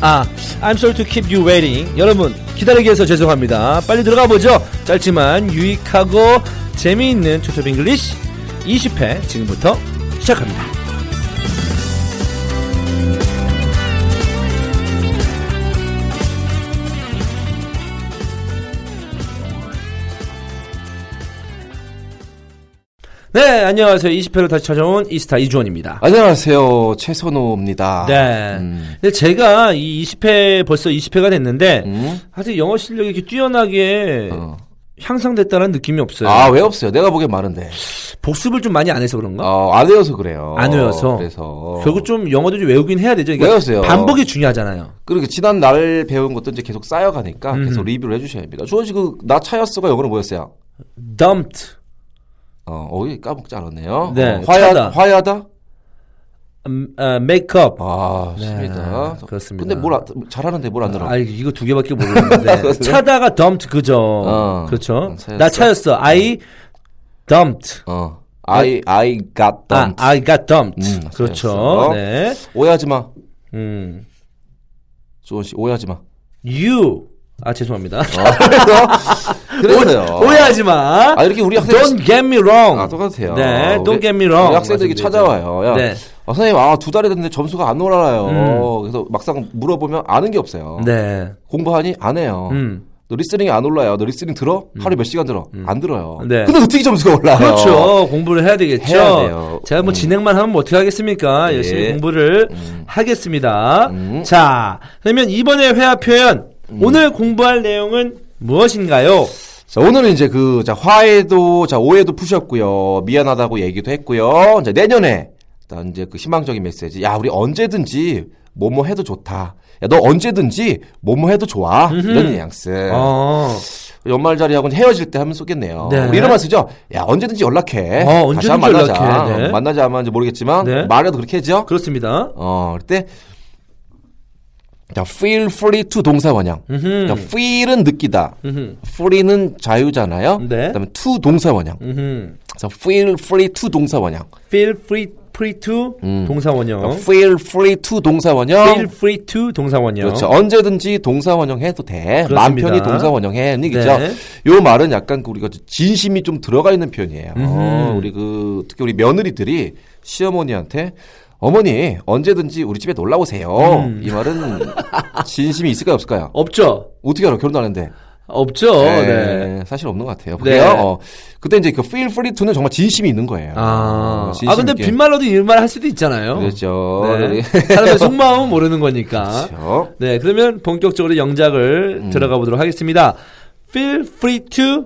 아, I'm sorry to keep you waiting. 여러분, 기다리게 해서 죄송합니다. 빨리 들어가 보죠. 짧지만 유익하고 재미있는 투톱 잉글리시 20회 지금부터 시작합니다. 네, 안녕하세요. 20회로 다시 찾아온 이스타 이주원입니다. 안녕하세요. 최선호입니다. 네. 음. 근데 제가 이 20회 벌써 20회가 됐는데 음? 아직 영어 실력이 이렇게 뛰어나게 어. 향상됐다는 느낌이 없어요. 아, 왜 없어요? 내가 보기엔 많은데. 복습을 좀 많이 안 해서 그런가? 어, 안 외워서 그래요. 안 외워서. 그래서. 결국 좀 영어도 좀 외우긴 해야 되죠. 그러니까 아. 외웠어요. 반복이 중요하잖아요. 그리고 지난 날 배운 것도 이제 계속 쌓여가니까 음. 계속 리뷰를 해주셔야 합니다. 주원 씨, 그, 나 차였어가 영어로 뭐였어요? dumped, 어, 어이, 까먹지 않았네요. 네, 어, 화야, 차다. 화야다? um, uh, make up. 아, 네, 좋습니다. 그렇습니다. 근데 뭘, 안- 잘하는데 뭘 안 들어? 아, 이거 두 개밖에 모르는데. 차다가 dumped, 그죠. 아, 어, 그렇죠. 차였어. 나 차였어. I dumped. 어. I, I got 아, dumped. I got dumped. 음, 그렇죠. 차였어. 네. 오해하지 마. 음. 주원 씨, 오해하지 마. 어. You. 아, 죄송합니다. 그래서요. 오해하지 마. 어. 아, 이렇게 우리 학생 Don't get me wrong. 아, 똑같아요. 네, don't 우리- get me wrong. 우리 학생들이 이렇게 찾아와요. 야, 네. 아, 선생님, 아, 두 달이 됐는데 점수가 안 올라요. 음. 그래서 막상 물어보면 아는 게 없어요. 네. 공부하니? 안 해요. 음. 너 리스닝이 안 올라요. 너 리스닝 들어? 하루에 몇 시간 들어? 안 들어요. 네. 근데 어떻게 점수가 올라요? 그렇죠. 공부를 해야 되겠죠. 해야 돼요. 제가 뭐 음. 진행만 하면 뭐 어떻게 하겠습니까? 예. 열심히 공부를 음. 하겠습니다. 음. 자, 그러면 이번에 회화 표현 오늘 공부할 내용은 무엇인가요? 자, 오늘은 이제 그, 자, 화해도, 자, 오해도 푸셨고요. 미안하다고 얘기도 했고요. 이제 내년에, 일단 이제 그 희망적인 메시지. 야, 우리 언제든지 뭐뭐 해도 좋다. 야, 너 언제든지 뭐뭐 해도 좋아. 이런 뉘앙스. 어, 연말 자리하고 헤어질 때 하면 쏘겠네요. 네. 우리 이런 말 쓰죠. 야 언제든지 연락해. 어, 언제든지 다시 한번 만나자. 연락해. 네. 만나지 않으면 이제 모르겠지만 네. 말해도 그렇게 하죠. 그렇습니다. 어 그때 자 feel free to 동사 원형. 음흠. 자, feel은 느끼다. 음흠. free는 자유잖아요. 네. 그다음에 to 동사 원형. 음흠. 그래서 feel free to 동사 원형. Feel free, free to 음. 동사원형. feel free to 동사 원형. 어? Feel free to 동사원형. 그렇죠. 언제든지 동사원형 해도 돼. 그렇습니다. 마음 편히 동사원형 해. 이런 얘기죠. 네. 요 말은 약간 그 우리가 진심이 좀 들어가 있는 표현이에요. 음흠. 우리 그 특히 우리 며느리들이 시어머니한테 어머니 언제든지 우리 집에 놀러 오세요. 음. 이 말은 진심이 있을까요 없을까요? 없죠. 어떻게 알아? 결혼도 안 했는데. 없죠. 네. 네, 사실 없는 것 같아요. 네. 그래요. 어, 그때 이제 그 feel free to는 정말 진심이 있는 거예요. 아, 어, 진심 아 근데 있게. 빈말로도 일말 할 수도 있잖아요. 그렇죠. 네. 네. 사람의 속마음 모르는 거니까. 그렇죠. 음. 네, 그러면 본격적으로 영작을 들어가 보도록 하겠습니다. Feel free to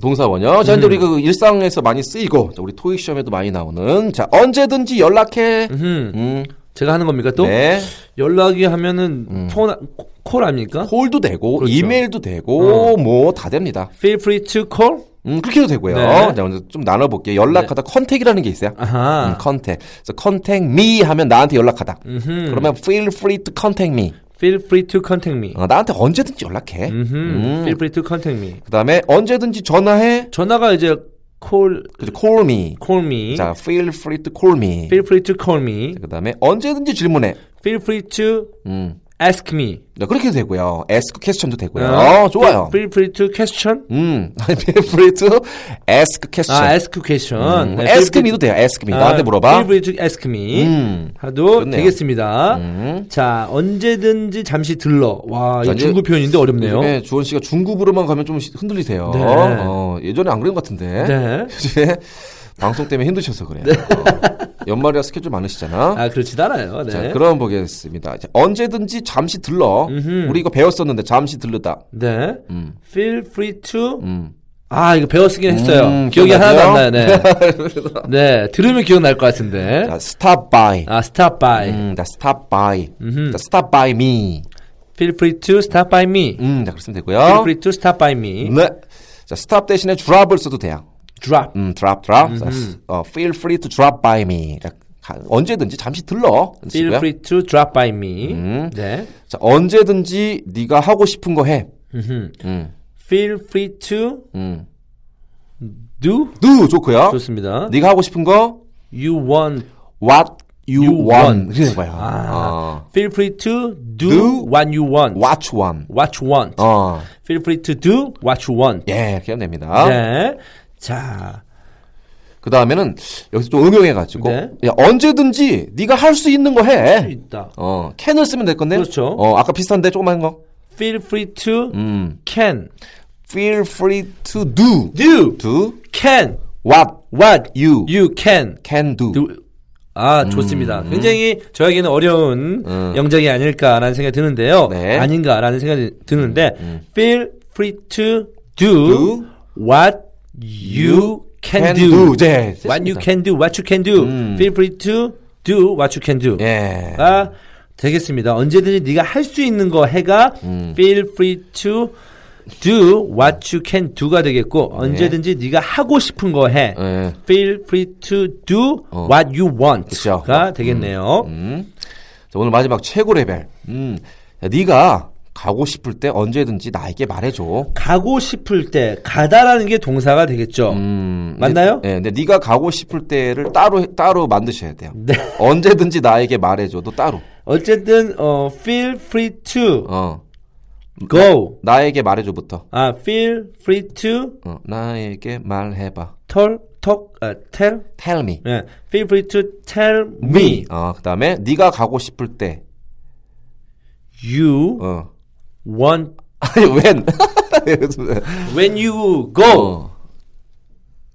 동사원요. 자, 이제 우리 그 일상에서 많이 쓰이고, 자, 우리 토익 시험에도 많이 나오는, 자, 언제든지 연락해. 음, 음, 제가 하는 겁니까 또 네. 음. 연락이 하면은 폰 아- 코- 콜 아닙니까? 콜도 되고, 그렇죠. 어. 이메일도 되고, 뭐 다 됩니다. Feel free to call. 음, 그렇게 해도 되고요. 네. 자, 먼저 좀 나눠볼게요. 연락하다 컨택이라는 게 있어요. 아하. 음, 컨택. 그래서 컨택 me 하면 나한테 연락하다. 음흠. 그러면 feel free to contact me. Feel free to contact me. 어, 나한테 언제든지 연락해. 음흠. 음. Feel free to contact me. 그 다음에 언제든지 전화해. 전화가 이제 call 그죠, call me. call me. 자, feel free to call me. Feel free to call me. 그 다음에 언제든지 질문해. Feel free to 음, ask me. 네, 그렇게 도 되고요. ask question도 되고요. 어, 어, 좋아요. Feel free to question. 음, feel free to ask question. 아, ask question. 음, 네, feel ask free- me도 돼요. ask me. 아, 나한테 물어봐. Feel free to ask me. 음. 하도 좋네요. 되겠습니다. 음. 자, 언제든지 잠시 들러. 와, 자, 이 이제- 중국 표현인데 어렵네요. 요즘에 주원 씨가 중국으로만 가면 좀 시- 흔들리세요. 네. 어, 예전에 안 그런 것 같은데. 네. 요즘에 방송 때문에 힘드셔서 그래요. 어, 연말이라 스케줄 많으시잖아. 아, 그렇지 않아요. 네. 자, 그럼 보겠습니다. 자, 언제든지 잠시 들러. 우리 이거 배웠었는데 잠시 들르다. 네. 음. Feel free to. 음. 아, 이거 배웠으긴 했어요. 음, 기억이 하나도 기억나세요? 안 나요. 네. 네, 들으면 기억날 것 같은데. 자, stop by. 아, stop by. 음, 자, stop by. 자, stop by me. Feel free to stop by me. 음, 자, 그렇으면 Feel 되고요. free to stop by me. 네. 자, stop 대신에 drop을 써도 돼요. Drop. 음, drop, drop. 자, 어, feel free to drop by me. 자, 가- 언제든지 잠시 들러. Feel 쓰고요. free to drop by me. 음. 네. 자, 언제든지 네가 하고 싶은 거 해. 음흠. 음, Feel free to 음. do. do 좋고요. 좋습니다. 어? 네가 하고 싶은 거 You want. what you, You want. want. 이렇게 된 거예요. 아. 어. Feel free to do, Do what you want. what you want. What you want. 어. Feel free to do what you want. 예, 이렇게 하면 됩니다. 네. 자, 그 다음에는 여기서 좀 응용해가지고 네. 야, 언제든지 네가 할 수 있는 거 해. 있다. 어, 캔을 쓰면 될 건데. 그렇죠. 어, 아까 비슷한데 조그만 거. Feel free to 음, can feel free to do, do do can what what you, you can can do. do. 아, 좋습니다. 음. 굉장히 저에게는 어려운 영작이 아닐까라는 생각이 드는데요. 네. 음. 아닌가라는 생각이 드는데, feel free to do, Do what you can, can do. do. 네, what you 좋습니다. 음. can do, what you can do. feel free to do what you can do. 예. 가 되겠습니다. 언제든지 네가 할 수 있는 거 해가 음. feel free to do what you can do가 되겠고 언제든지 네가 하고 싶은 거 해. 예. feel free to do what you 어. 그쵸. 음. want가 되겠네요. 자, 오늘 마지막 최고 레벨. 음, 야, 네가 가고 싶을 때 언제든지 나에게 말해줘. 가고 싶을 때 가다라는 게 동사가 되겠죠. 맞나요? 네, 근데 네가 가고 싶을 때를 따로 따로 만드셔야 돼요. 네. 언제든지 나에게 말해줘도 따로. 어쨌든 어 feel free to 어, 네. go. 나에게 말해줘부터. 아 feel free to 어, 나에게 말해봐. tell talk 아, tell Tell me. 예. feel free to tell me 어, 그다음에 네가 가고 싶을 때. you 어. want 아니 when when you go 어.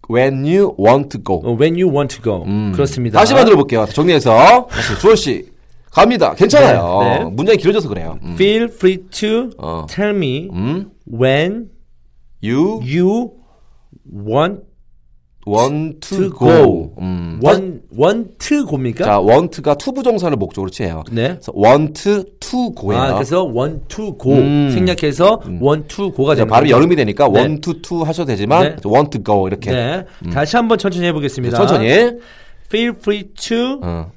when you want to go. 음. 어, when you want to go 그렇습니다. 다시 만들어 볼게요. 정리해서 다시 주원 씨 갑니다. 괜찮아요. 네, 네. 문장이 길어져서 그래요. 음. Feel free to 어. tell me 음. when You you want want to to go. go. 음. want want to go입니까? 자, want가 투부정사를 목적으로 취해요. 네. 그래서 want to go예요. 아 그래서 want to go 네. 음. 생략해서 want to go가 이제 되는 발음이 거죠. 여름이 되니까 네. want to to 하셔도 되지만 네. want to go 이렇게 네. 다시 한번 천천히 해보겠습니다. 음. 천천히. Feel free to 어.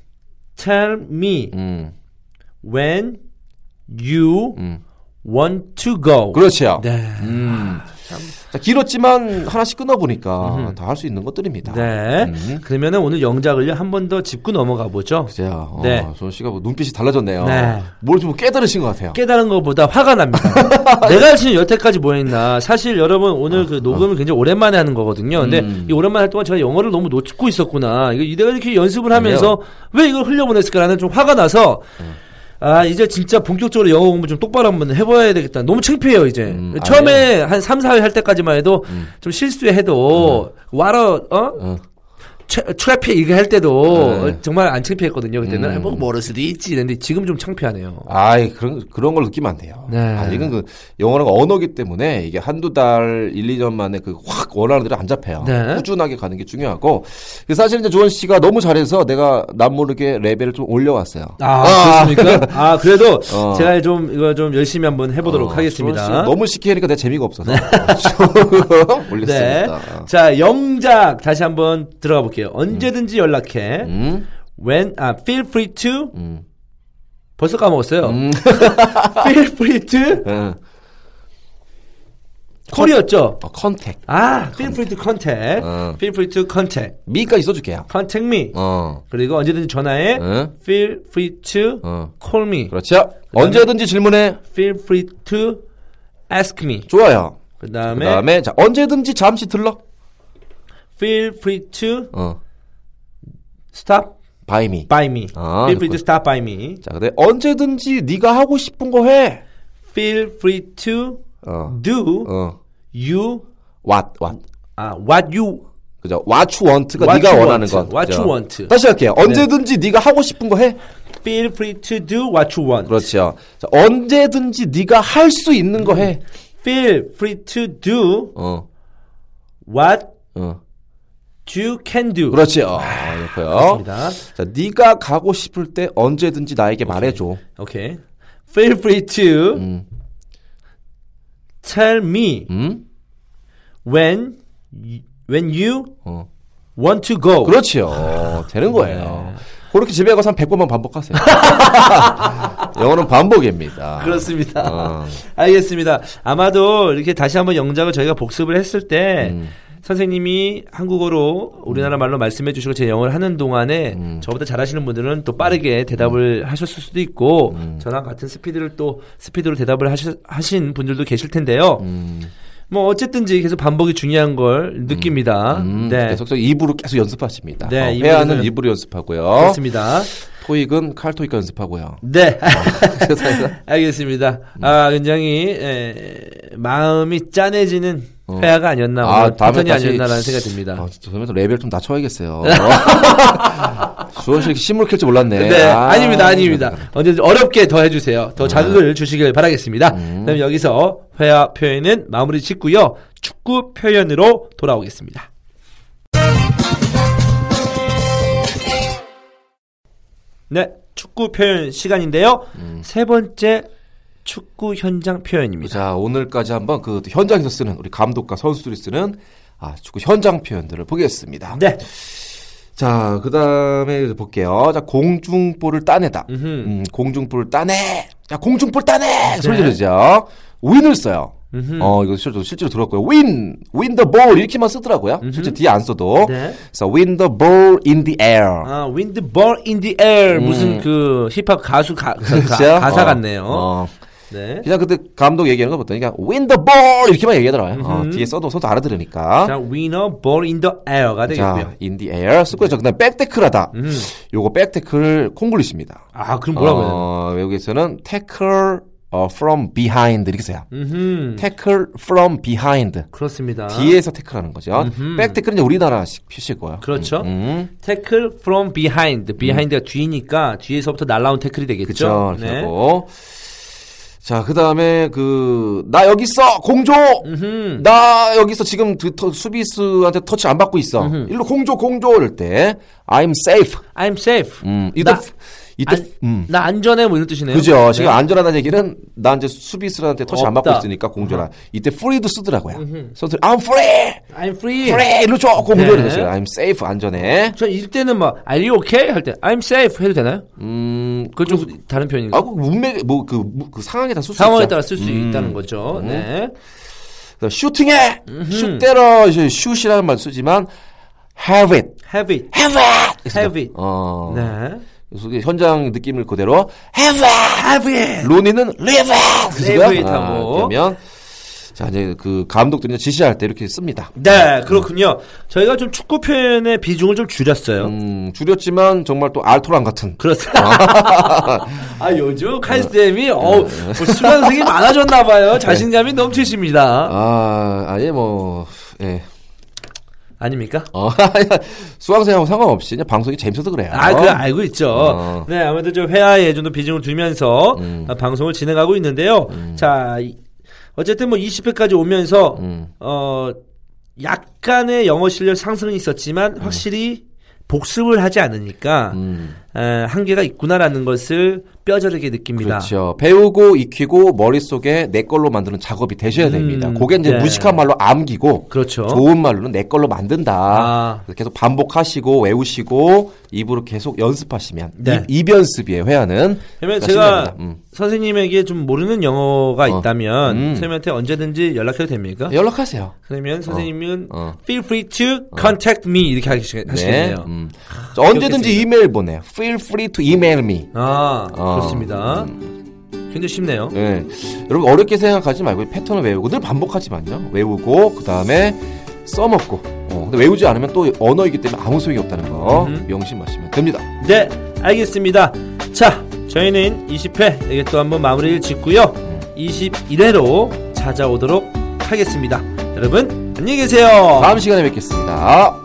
tell me 음. when you want to go. 그렇죠. 네. 자, 길었지만 하나씩 끊어 보니까 다 할 수 있는 것들입니다. 네. 음. 그러면은 오늘 영작을요 한 번 더 짚고 넘어가 보죠. 그래요. 어, 네. 저 씨가 뭐 눈빛이 달라졌네요. 네. 뭘 좀 깨달으신 것 같아요. 깨달은 것보다 화가 납니다. 내가 지금 여태까지 뭐 했나. 사실 여러분 오늘 아, 그 녹음을 굉장히 오랜만에 하는 거거든요. 근데 음. 이 오랜만에 할 동안 제가 영어를 너무 놓치고 있었구나. 이거 내가 이렇게 연습을 하면서 왜 이걸 흘려보냈을까라는 좀 화가 나서 네. 아 이제 진짜 본격적으로 영어 공부 좀 똑바로 한번 해봐야 되겠다. 너무 창피해요 이제. 아, 네. 처음에 한 3, 4회 할 때까지만 해도 좀 실수해도 와라 어? 음. 어. 트래픽 이거 할 때도 네. 음. 정말 안 창피했거든요. 그때는 아, 뭐 모를 수도 있지. 근데 지금 좀 창피하네요. 아이 그런 그런 걸 느끼면 안 돼요. 네. 아직은 그 영어는 언어기 때문에 이게 한두 달, 일, 이년 만에 그 확 원하는 대로 안 잡혀요. 네. 꾸준하게 가는 게 중요하고 그래서 사실 이제 조원 씨가 너무 잘해서 내가 남 모르게 레벨을 좀 올려왔어요. 아, 그렇습니까? 아, 그래도 어. 제가 좀 이거 좀 열심히 한번 해보도록 어, 조원 씨가 하겠습니다. 너무 쉽게 하니까 내가 재미가 없어서 조금 네. 올렸습니다. 자, 영작 다시 한번 들어가 볼게요. 언제든지 연락해. 음? When 아, feel free to 음. 네. 어, 벌써 까먹었어요. feel free to 응. 콜이었죠. 어, 컨택. 아, feel free to contact. 어. feel free to contact. 미까지 써줄게요. contact me. 어. 그리고 언제든지 전화해. 응? feel free to 어. call me. 그렇죠. 언제든지 질문해. feel free to ask me. 좋아요. 그 다음에 그다음에 자 언제든지 잠시 들러. feel free to 어. stop 바이미. by me. 아, feel free to 좋군. stop by me. 자, 근데 언제든지 네가 하고 싶은 거 해. feel free to 어. do 어. you what what. 아, what you 그죠? What you want가 What 그러니까 네가 you 원하는 want. 것. What you 그죠? want. 다시 할게요. 언제든지 네. 가 하고 싶은 거 해. feel free to do what you want. 그렇죠. 자, 언제든지 네가 할 수 있는 거 해. feel free to do 어. what 어. you can do. 그렇지. 어, 좋고요. 그렇습니다. 자, 네가 가고 싶을 때 언제든지 나에게 말해 줘. 오케이. Feel free to tell me 음? when you, when you 어. want to go. 그렇지요. 네. 되는 거예요. 그렇게 집에 가서 한 100번만 반복하세요. 영어는 반복입니다. 습니다 어. 알겠습니다. 아마도 이렇게 다시 한번 영작을 저희가 복습을 했을 때 음. 선생님이 한국어로 우리나라 말로 말씀해 주시고 제 영어를 하는 동안에 음. 저보다 잘하시는 분들은 또 빠르게 대답을 하셨을 수도 있고 음. 저랑 같은 스피드를 또 스피드로 대답을 하시, 하신 분들도 계실 텐데요. 음. 뭐 어쨌든지 계속 반복이 중요한 걸 느낍니다. 음, 네. 계속 입으로 계속 연습하십니다. 네, 어, 입으로는- 회화는 입으로 연습하고요. 그렇습니다. 토익은 칼토익과 연습하고요. 네. 그래서 알겠습니다. 음. 아, 굉장히 에, 마음이 짠해지는 회화가 아니었나, 아, 오늘 다음에 패턴이 다시- 아니었나라는 생각이 듭니다. 네. 아, 진짜 그러면서 레벨 좀 낮춰야겠어요. 주원 씨 이렇게 신물 캘줄 몰랐네. 음. 네, 아~ 닙니다 아닙니다. 언제든 어렵게 더 해주세요. 더 자극을 주시길 바라겠습니다. 그럼 여기서 회화 표현은 마무리 짓고요. 축구 표현으로 돌아오겠습니다. 네, 축구 표현 시간인데요. 세 번째 축구 현장 표현입니다. 음. 자, 오늘까지 한번 그 현장에서 쓰는 우리 감독과 선수들이 쓰는 아, 축구 현장 표현들을 보겠습니다. 네, 자, 그 다음에 볼게요. 자, 공중볼을 따내다. 음흠. 음, 공중볼을 따내! 야, 공중볼 네. 따내! 소리 들으죠? 윈을 써요. 어, 이거 실제로, 실제로 들었고요. 윈! 윈 더 볼! 이렇게만 쓰더라고요. 실제 뒤에 안 써도. 네. 그래서 win the ball in the air. 아, Wind Ball in the Air 무슨 그 힙합 가수 가, 가, 음. 그렇죠? 사 어, 같네요. 어. 네. 그냥 그때 감독 얘기하는 거 보더니 그냥 win the ball! 이렇게만 얘기하더라고요. 어, 뒤에 써도 서도 알아들으니까. 자, Winner Ball in the Air가 되겠고요. 자, in the air 쓰고요. 자, 그다음 백테클하다. 요거 백테클 콩글리시입니다. 아, 그럼 뭐라고 해야 되나? 어, 외국에서는 tackle 어, from behind 이렇게 써요. 음, 아. tackle from behind. 그렇습니다. 뒤에서 태클하는 거죠. 백태클은 이제 우리나라식 표시고요. 음. 그렇죠. 음. 태클 from behind. behind가 뒤니까 뒤에서부터 날라온 태클이 되겠죠. 네. 그렇죠. 그리고 자, 그다음에 그 나 여기 있어. 공조. 나 여기 있어. 지금 그 터- 수비수한테 터치 안 받고 있어. 일로 공조 공조 이럴 때 I'm safe. I'm safe. 음. 이때 나- 이때 안, 음. 나 안전해 뭐 이런 뜻이네요. 그죠. 지금 네. 안전하다는 얘기는 나 이제 수비수한테 터치 안 받고 없다. 음. 있으니까 공조라. 이때 free도 쓰더라고요. 선수 I'm free. I'm free. free. 일로 줘. 네. 공조를 했어요. I'm safe. 안전해. 전 이때는 막 Are you okay 할 때 I'm safe 해도 되나요? 음. 그건 좀 다른 표현인가요? 아, 그 운맥 뭐그 그 상황에 따라 쓸수 상황에 있죠. 따라 쓸 수 음. 있다는 거죠. 네. 그래서 슈팅해. 슛 때려. 이제 슛이라는 말 쓰지만 have it. Have it. have it. Have it. 어. 네. 그래서 이게 현장 느낌을 그대로 have it. have it. 로니는 live it. 그래서요? Live it 하고. 아, 그러면 자, 이제 그 감독들이 지시할 때 이렇게 씁니다. 네, 그렇군요. 저희가 좀 축구 표현의 비중을 좀 줄였어요. 음, 줄였지만 정말 또 알토란 같은. 그렇습니다. 아, 요즘 칼쌤이, 어우, 수강생이 많아졌나봐요. 자신감이 넘치십니다. 아, 아예 뭐, 예. 아닙니까? 어, 수강생하고 상관없이 그냥 방송이 재밌어서 그래요. 아, 그 알고 있죠. 어. 음. 네, 아무래도 좀 회화에 좀 더 비중을 두면서 아, 방송을 진행하고 있는데요. 자, 이- 어쨌든 뭐 20회까지 오면서 음. 어 음. 약간의 영어 실력 상승은 있었지만 확실히 복습을 하지 않으니까 에, 한계가 있구나라는 것을 뼈저리게 느낍니다. 그렇죠. 배우고 익히고 머릿속에 내 걸로 만드는 작업이 되셔야 됩니다. 음, 그게 이제 네. 무식한 말로 암기고 그렇죠. 좋은 말로는 내 걸로 만든다. 아. 그래서 계속 반복하시고 외우시고 입으로 계속 연습하시면 네. 입, 입 연습이에요. 회화는. 그러면 그러니까 제가 신기합니다. 음. 선생님에게 좀 모르는 영어가 어. 있다면 음. 선생님한테 언제든지 연락해도 됩니까? 연락하세요. 그러면 선생님은 어. feel free to contact me 이렇게 하시- 하시겠네요. 음. 저 언제든지 이메일 보내요. Feel free to email me. 아 어. 그렇습니다. 굉장히 쉽네요. 예. 여러분 어렵게 생각하지 말고 이 패턴을 외우고 늘 반복하지만요. 외우고 그 다음에 써먹고. 어, 근데 외우지 않으면 또 언어이기 때문에 아무 소용이 없다는 거 음. 명심하시면 됩니다. 네, 알겠습니다. 자, 저희는 20회 이게 또 한번 마무리를 짓고요. 21회로 찾아오도록 하겠습니다. 여러분 안녕히 계세요. 다음 시간에 뵙겠습니다.